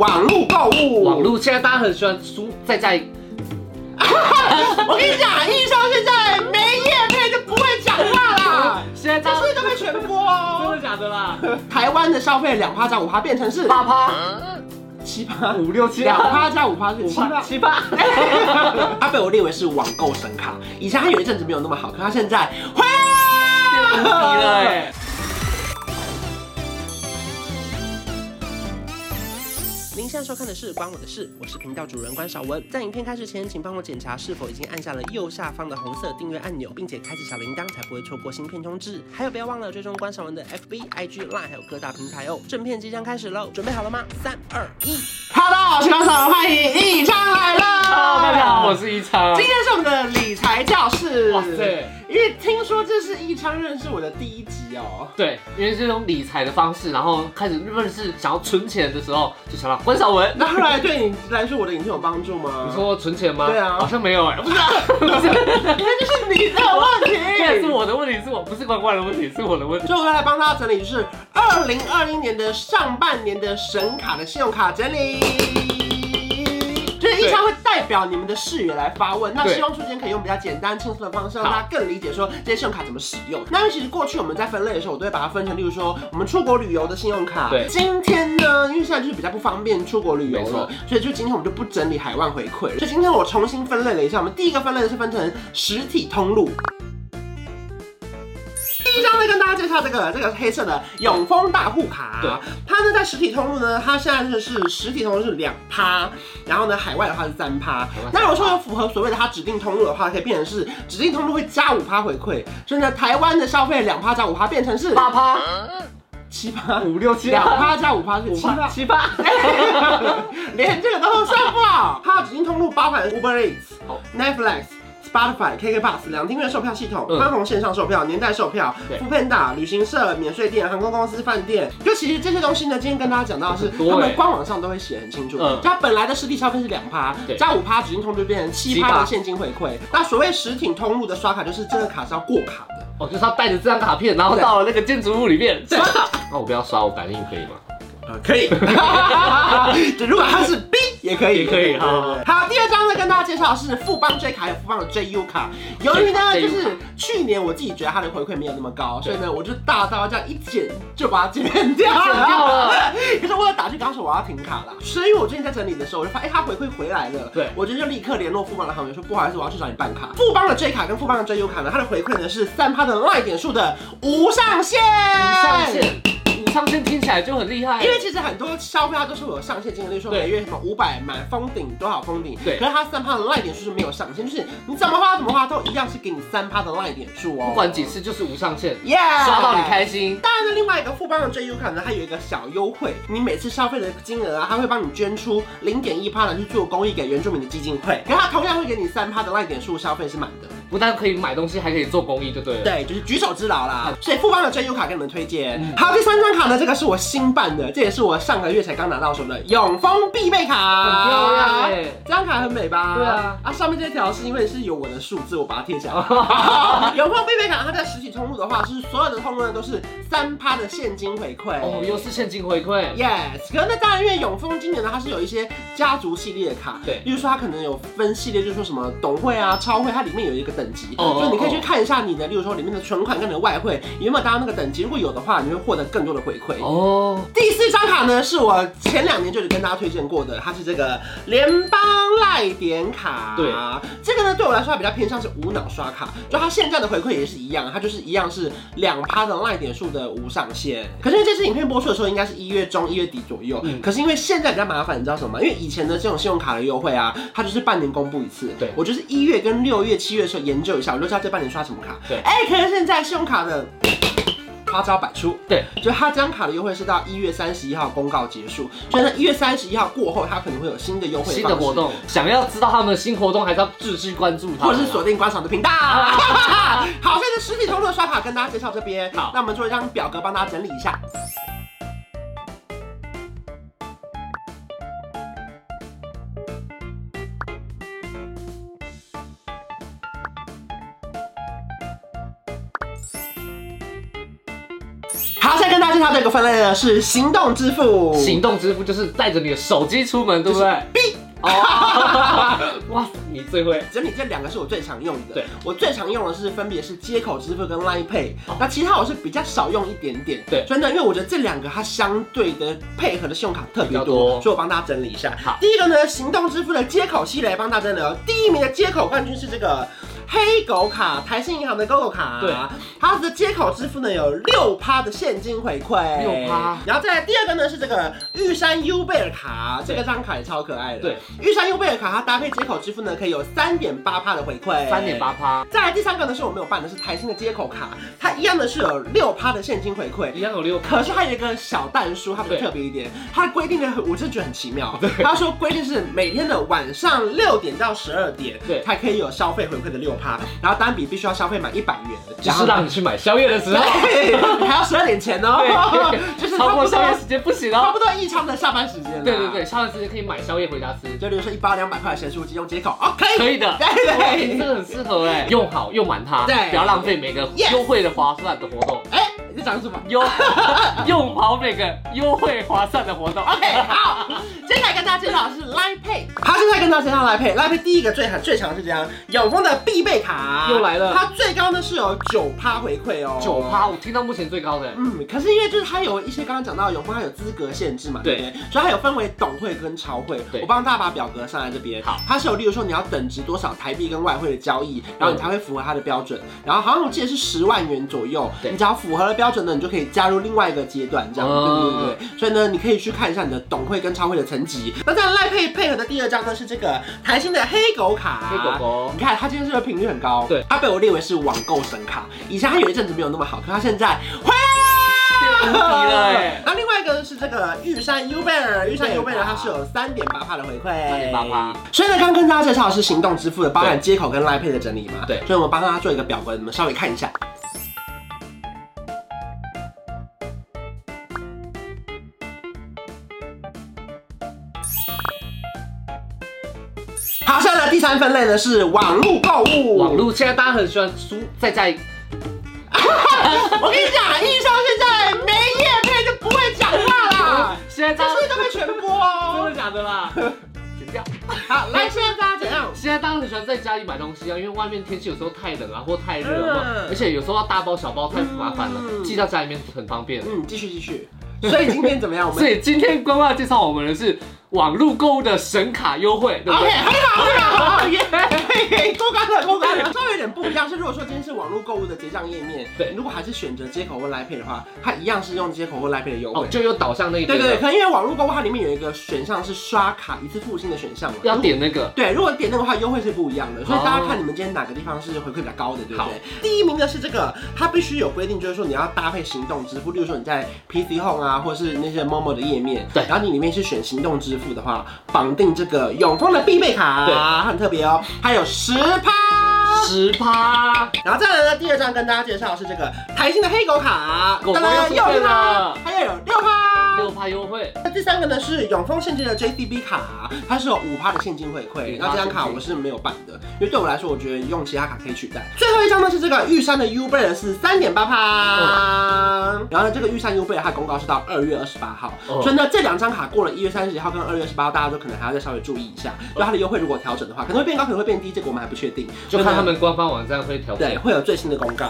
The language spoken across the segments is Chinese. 网络购物，网络现在大家很喜欢书，在家里我跟你讲，医生现在没业配就不会讲话 啦，现在这大是家都被全播真哦。的假的啦？台湾的消费两趴加五趴变成是八趴七趴，五六七两八趴加五趴是七 趴。七哎八，它被我列为是网购神卡，以前它有一阵子没有那么好，可它现在回来无敌了哎！您现在收看的是《关我的事》，我是频道主人关少文。在影片开始前，请帮我检查是否已经按下了右下方的红色订阅按钮，并且开启小铃铛，才不会错过新片通知。还有，不要忘了追踪关少文的 FB、IG、Line，还有各大平台哦。正片即将开始喽，准备好了吗？三、二、一，Hello，我是关少文，欢迎一昌来了。 Hello，大家好，我是一昌今。天是我们的理财教室。哇塞！因为听说这是一昌认识我的第一集哦。对，因为这种理财的方式，然后开始认识想要存钱的时候，就想到关少文。那后来对你来说，我的影片有帮助吗？你，说存钱吗？对啊好像没有 哎，不是啊，不是，那就是你的问 这是题。我的问题，是我不是关关的问题，是我的问题。所以我要来帮大家整理，就是二零二一年的上半年的神卡的信用卡整理。就是一昌会代表你们的视野来发问，那对希望出间可以用比较简单轻松的方式，让好大家更理解说这些信用卡怎么使用。那因为其实过去我们在分类的时候，我都会把它分成，例如说我们出国旅游的信用卡。对今天呢，因为现在就是比较不方便出国旅游没了错，所以就今天我们就不整理海外回馈了。所以今天我重新分类了一下，我们第一个分类的是分成实体通路。第一张呢，跟大家介绍这个这个黑色的永丰大户卡，对它呢在实体通路呢，它现在就是实体通路是两趴，然后呢海外的话是三趴海外。那如果说有符合所谓的它指定通路的话，可以变成是指定通路会加五趴回馈，所以呢台湾的消费两趴加五趴变成是八趴七趴，五六七两八趴加五趴是七趴。七八， 连这个都算不好。 它的指定通路包含 Uber Eats、好 Netflix。Spotify、KK Bus 两厅院售票系统、嗯宽宏线上售票、年代售票、对 f o o Panda 旅行社、免税店、航空公司、饭店，就其实这些东西呢，今天跟大家讲到的是，很多欸他们官网上都会写很清楚。嗯就它本来的实体消费是两趴，对加五趴指定通路就变成七趴7%的现金回馈。那所谓实体通路的刷卡，就是这个卡是要过卡的。我哦就是要带着这张卡片，然后到了那个建筑物里面对刷卡。 那我不要刷，我感应可以吗？呃，可 以。就如果它 是 B 也可以，也可对以对对好，第二张呢，跟大家介绍的是富邦 J 卡，还有富邦的 JU 卡。由于呢，对就 JU 是去年我自己觉得它的回馈没有那么高，所对以呢，我就大刀这样一剪就把它剪 掉了。剪掉了可是我有打去跟他说我要停卡了，所以我最近在整理的时候，我就发现哎、它回馈回来了。对我就就立刻联络富邦的行员说，不好意思，我要去找你办卡。富邦的 J 卡跟富邦的 JU 卡呢，它的回馈呢是三趴的赖点数的无上限。无上线，五上线听起来就很厉害。因为其实很多消费它都是有上限金额，例如说哎对每月什么五百满封顶多少封顶，对可是它三趴的赖点数是没有上限，就是你怎么花怎么花都一样是给你三趴的赖点数哦，不管几，次就是无上限，耶、刷到你。开心。当然呢，另外一个富邦的 JU 卡呢，它有一个小优惠，你每次消费的金额啊，它会帮你捐出零点一趴来去做公益给原住民的基金会，可是它同样会给你三趴的赖点数消费是满的，不但可以买东西，还可以做公益，就对了。对，就是举手之劳啦。所以富邦的 JU 卡给你们推荐。嗯好，第三张卡呢，这个是我新办的，这也是我上个月才刚拿到手的永丰必备卡，很漂亮哎这张卡很美吧？对啊，啊上面这条是因为是有我的数字，我把它贴 起来了。永丰必备卡，它在实体通路的话，是所有的通路呢都是三趴的现金回馈。哦，又是现金回馈， Yes，可是那当然，因为永丰今年呢，它是有一些家族系列的卡，对例如说它可能有分系列，就是说什么董会啊、超会，它里面有一个等级，哦就你可以哦去看一下你的，例如说里面的存款跟你的外汇有没有达到那个等级，如果有的话，你会获得更多的回馈。哦，第四张卡呢，是我前两年就有跟大家推荐过的，它是这个联邦赖点卡。对，这个呢对我来说它比较偏向是无脑刷卡，就它现在的回馈也是一样，它就是一样是两趴的赖点数的无上限。可是因为这次影片播出的时候应该是一月中、一月底左右，嗯可是因为现在比较麻烦，你知道什么吗？因为以前的这种信用卡的优惠啊，它就是半年公布一次。对我就是一月跟六月、七月的时候研究一下，我就知道这半年刷什么卡。对哎、可是现在信用卡的花招百出。对，就它这张卡的优惠是到一月三十一号公告结束，所以呢一月三十一号过后，它可能会有新的优惠新的活方式，动，想要知道他们的新活动，还是要继续关注他或们啊，者是锁定观赏的 频道。好，现在实体通路的刷卡跟大家介绍这边，好那我们做一张表格帮大家整理一下。好，现在跟大家下介绍这个分类呢是行动支付，行动支付就是带着你的手机出门，对不对？哔。哦， 哇，你最会。整体这两个是我最常用的。对，我最常用的是分别是接口支付跟 Line Pay，、那其他我是比较少用一点点。哦对真的，因为我觉得这两个它相对的配合的信用卡特别比较多多，所以我帮大家整理一下。好第一个呢，行动支付的接口系来帮大家聊。第一名的接口冠军是这个。黑狗卡，台新银行的 GO GO 卡，对，它的接口支付呢有六趴的现金回馈， 6%然后再来第二个呢是这个玉山 U 贝尔卡，这对个张卡也超可爱的，对，玉山优贝尔卡，它搭配接口支付呢，可以有三点八趴的回馈，三点八。趴，再来第三个呢，是我没有办的，是台新的接口卡，它一样的是有六趴的现金回馈一。样有六可是它有一个小蛋书，它比较对特别一点，它的规定呢，我真的觉得很奇妙。他说规定是每天的晚上六点到十二点，对才可以有消费回馈的六趴，然后单笔必须要消费满一百元，只是让你去买宵夜的时候， 对，还要十二点前哦， 对， 就是超差过不宵夜多时间不行差哦。不啊多异常的下班时间了。对对对，宵夜时间可以买宵夜回家吃，就比如说一包两百块的咸酥鸡用接口，OK，可以的。哇对你对。这个很适合哎，用好用满它，对不要浪费每个 Yes 优惠的划算的活动，哎，你在讲什么 优用好每个优惠划算的活动。啊 ？OK，好，接下来跟大家介绍的是 Line Pay。好，现在跟大家介绍 Line Pay，Line Pay 第一个最常最常是这样，永丰的必备卡又来了它最高呢是有九趴回馈哦，九趴，。我听到目前最高的，嗯，可是因为就是它有一些刚刚讲到永丰它有资格限制嘛，对对不对？所以它有分为董会跟超会。对我帮大家把表格上来这边。好，它是有例如说你要等值多少台币跟外汇的交易，然嗯后你才会符合它的标准。然后好像我记得是十万元左右，对你只要符合了标准呢，你就可以加入另外一个阶段，这样。哦对对对对。所以呢，你可以去看一下你的董会跟超会的层级。那在赖配配合的第二张呢是这个台新的黑狗卡。黑哎狗狗。哦你看它今天这个频率很高，对，它被我列为是网购神卡。以前它有一阵子没有那么好，可它现在回变无敌来了欸那另外一个是这个玉山 U 贝尔，玉山 U 贝对尔啊它是有三点八帕的回馈，三3.8%。所以呢，刚刚跟大家介绍的是行动支付的，包含接口跟 Line Pay 的整理嘛，对所以我们帮大家做一个表格，你们稍微看一下。好，下来的第三分类呢是网络购物。网络现在大家很喜欢书，在家里我跟你讲，印象现在没业配就不会讲话啦，现在啊这是大家不是都被全播真哦的。假 的啦？剪掉。好，来，现在大家怎样？现在大家很喜欢在家里买东西啊，因为外面天气有时候太冷啊，或太热了嘛嗯，而且有时候要大包小包太麻烦了，嗯寄到家里面很方便。嗯，继续继续。所以今天怎么样？我们所以今天官方介绍我们的是网络购物的神卡优惠，对不 OK，对？很好，很好，很好，耶！嘿 嘿过关了，过关了。稍微有点不一样是，如果说今天是网络购物的结账页面，对如果还是选择接口或 Line Pay 的话，它一样是用接口或 Line Pay 的优哦，惠。就又导向那一对边对对，了，可能因为网络购物它里面有一个选项是刷卡一次付清的选项嘛，要点那个。对，如果点那个话，优惠是不一样的，所以大家看你们今天哪个地方是回馈比较高的，对不哦好对？第一名的是这个，它必须有规定，就是说你要搭配行动支付，例如说你在 PC Home 啊，或是那些 Momo 的页面，对然后你里面是选行动支付的话，绑定这个永丰的必备卡，对它很特别哦，它有十趴。十趴，然后再来呢，第二张跟大家介绍的是这个台新的黑狗卡，狗狗当然又出现了它又有六趴。啊六趴优惠，那第三个呢是永丰现金的 JCB 卡，它是有五趴的现金回馈5%，那这张卡我是没有办的，因为对我来说，我觉得用其他卡可以取代。最后一张呢是这个玉山的 U 贝尔是三点八趴，然后呢这个玉山 U 贝尔它公告是到二月二十八号，哦所以呢这两张卡过了一月三十号跟二月二十八号，大家都可能还要再稍微注意一下，就它的优惠如果调整的话，可能会变高，可能会变低，这个我们还不确定，就看他们。们官方网站会调对，整。会有最新的公告。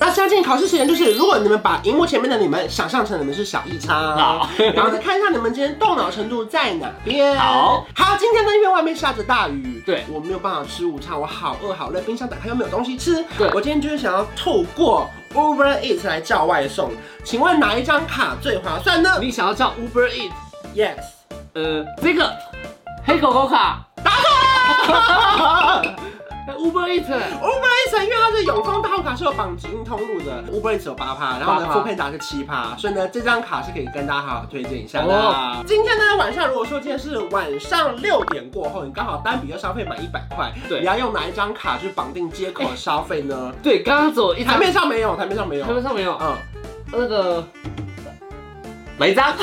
那相信考试时间就是，如果你们把荧幕前面的你们想象成你们是小一叉，好，然后再看一下你们今天动脑程度在哪边。好，好，今天呢，因为外面下着大雨，对我没有办法吃午餐，我好饿好累，冰箱打开又没有东西吃。对我今天就是想要透过 Uber Eats 来叫外送，请问哪一张卡最划算呢你想要叫 Uber Eat， ？Yes，呃，这个黑狗狗卡 答对了。呃，Uber Eat， Uber Eats 因为它是永丰大户卡是有绑直营通路的，Uber Eats 有八趴，然后呢8%富配达是七趴，所以呢这张卡是可以跟大家好好推荐一下的。哦今天呢晚上如果说今天是晚上六点过后，你刚好单笔要消费满一百块，对你要用哪一张卡去绑定接口的消费呢？对，刚刚走一台张，面上没有，台面上没有台。面上没有，啊嗯，那个来一张，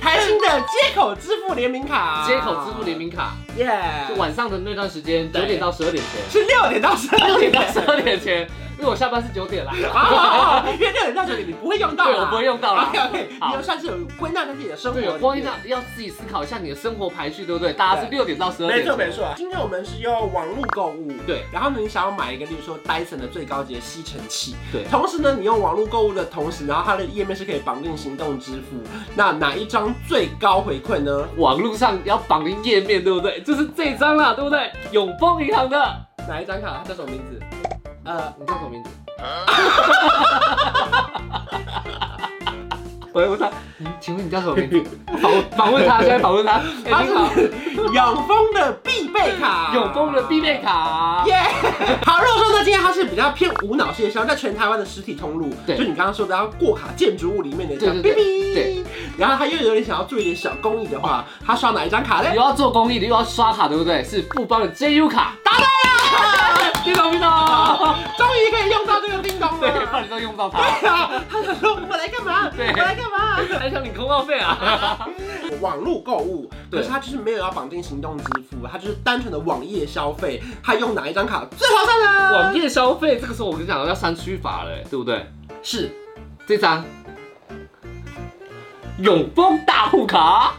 台新的接口支付联名卡，接口支付联，名卡，耶、就晚上的那段时间，哎对九点到十二点前，是六点到十二六点点到十二点前， 因为我下班是九点啦，啊，因为六点到九点你不会用到啦，哎对，我不会用到啦 OK。OK，你好就算是有归纳在自己的生活里对，面，有光要要自己思考一下你的生活排序，对不对？大家是六点到十二点，没错没。错，今天我们是用网络购物，对。然后呢，你想要买一个，例如说 Dyson 的最高级的吸尘器，对同时呢，你用网络购物的同时，然后它的页面是可以绑定行动支付。那哪一张最高回馈呢？网络上要绑定页面，对不对？就是这张啦，对不对？永丰银行的，哪一张卡？它叫什么名字？呃，你叫什么名字？ 我问他，嗯请问你叫什么名字？ 访问访问他，现在访问他。它 哎，你好，是永丰的必备卡，永丰的必备。卡。耶、好，如果说呢，今天它是比较偏无脑线销，在全台湾的实体通路，对就你刚刚说的，要过卡建筑物里面的对叫哔对对哔对，然后他又有点想要做一点小公益的话，他刷哪一张卡嘞又？要做公益的，又要刷卡，对不对？是富邦的 JU 卡，答 对了，叮咚叮哦 咚，终于可以用到这个叮咚对，不了。然你都用不到它。对啊，他想说我来干嘛？对我来干嘛？还想领通告费啊？网络购物，可对是他就是没有要绑定行动支付，他就是单纯的网页消费，他用哪一张卡最划算呢？ 网页消费，这个时候我跟你讲要删区法了，对不对？是这 张永丰大户卡，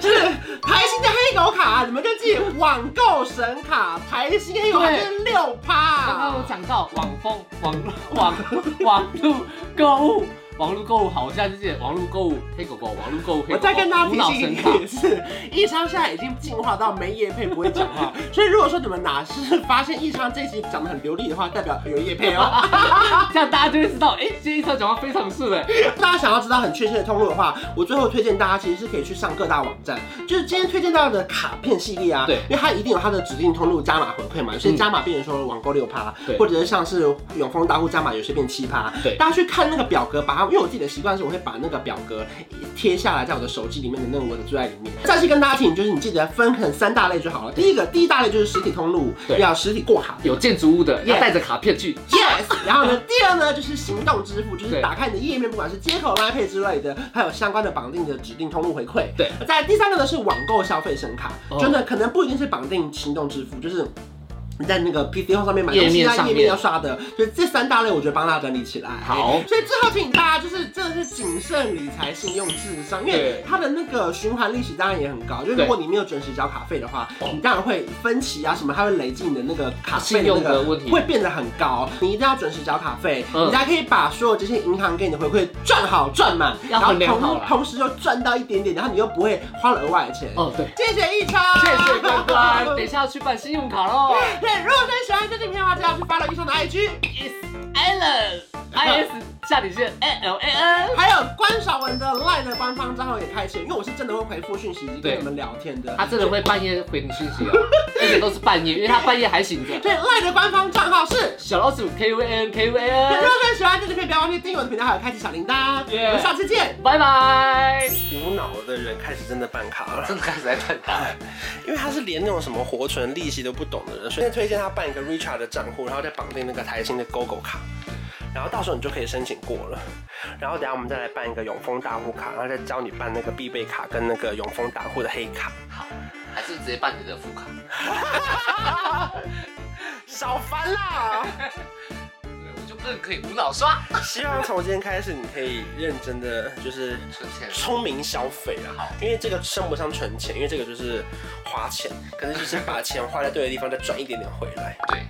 就是台新的黑狗卡，你们就记网购神卡，台新黑狗卡对是六刚刚有趴。讲到网风网网网路购物，网路购物好，我现在就记得网路购物黑狗狗，网路购物黑狗狗，我再跟大家无提脑醒神一卡。次，是易昌现在已经进化到没叶配不会讲话，所以如果说你们哪是发现易昌这一集讲的很流利的话，代表有叶配哦。这样大家就会知道，哎、今天一超讲话非常顺哎，大家想要知道很确切的通路的话，我最后推荐大家其实是可以去上各大网站，就是今天推荐到的卡片系列啊，对因为它一定有它的指定通路加码回馈嘛，有些嗯加码变成说网购六趴，对或者是像是永丰大户加码，有些变七趴，对大家去看那个表格，把它，因为我自己的习惯是我会把那个表格贴下来在我的手机里面的那个我的最爱里面。再次跟大家提醒，就是你记得分成三大类就好了，第一个第一大类就是实体通路，对要实体过卡。有建筑物的 Yeah 要带着卡片去 Yes，然后 呢，第二呢就是行动支付，就是对打开你的页面，不管是接口、拉配之类的，还有相关的绑定的指定通路回馈。对，在第三个呢是网购消费神卡，哦真的可能不一定是绑定行动支付，就是。你在那个 PC 后上面买东页西，面在上页面面要刷的，所以这三大类我觉得帮大家整理起来。好所以最后提醒大家就是真的是谨慎理财、信用至上，因为对它的那个循环利息当然也很高，就是如对果你没有准时交卡费的话，哦你当然会分期啊什么，它会累积你的那个卡费信的那用个的问题会。变得很高，你一定要准时缴卡费，嗯你才可以把所有这些银行给你的回馈赚好赚满，要然后衡量好同啦同时又赚到一点点，然后你又不会花了额外的钱。哦，对，谢谢一超，谢谢关 关，等一对，下要去办信用卡喽。如果真喜欢这支影片的话，记得要去 follow 一超的 IG， is Alan I S 下底线 A L A N。还有关少文的 LINE 的官方账号也开启，因为我是真的会回复讯息以及跟对你们聊天的。他真的会半夜回你讯息哦，而且都是半夜，因为他半夜还醒着。对，LINE 的官方账号是。小老鼠 K U A N K U A 对如 N，果真喜欢这支影片，不要忘记订阅我的频道，还有开启小铃铛。 Yeah 我们下次见。拜拜。无脑的人开始真的办卡了。真的开始在看他。 因为他是连那种什么活存、利息都不懂的人，所以推荐他办一个 Richard 的账户，然后再绑定那个台新的 GoGo 卡，然后到时候你就可以申请过了。然后等下我们再来办一个永丰大户卡，然后再教你办那个必备卡跟那个永丰大户的黑 卡。好，还是直接办你的副卡。少烦啦！对，我就更可以无脑刷，希望从今天开始，你可以认真的就是存钱。聪明消费啊，因为这个称不上存钱，因为这个就是花钱，可能就是把钱花在对的地方，再赚一点点回来。对。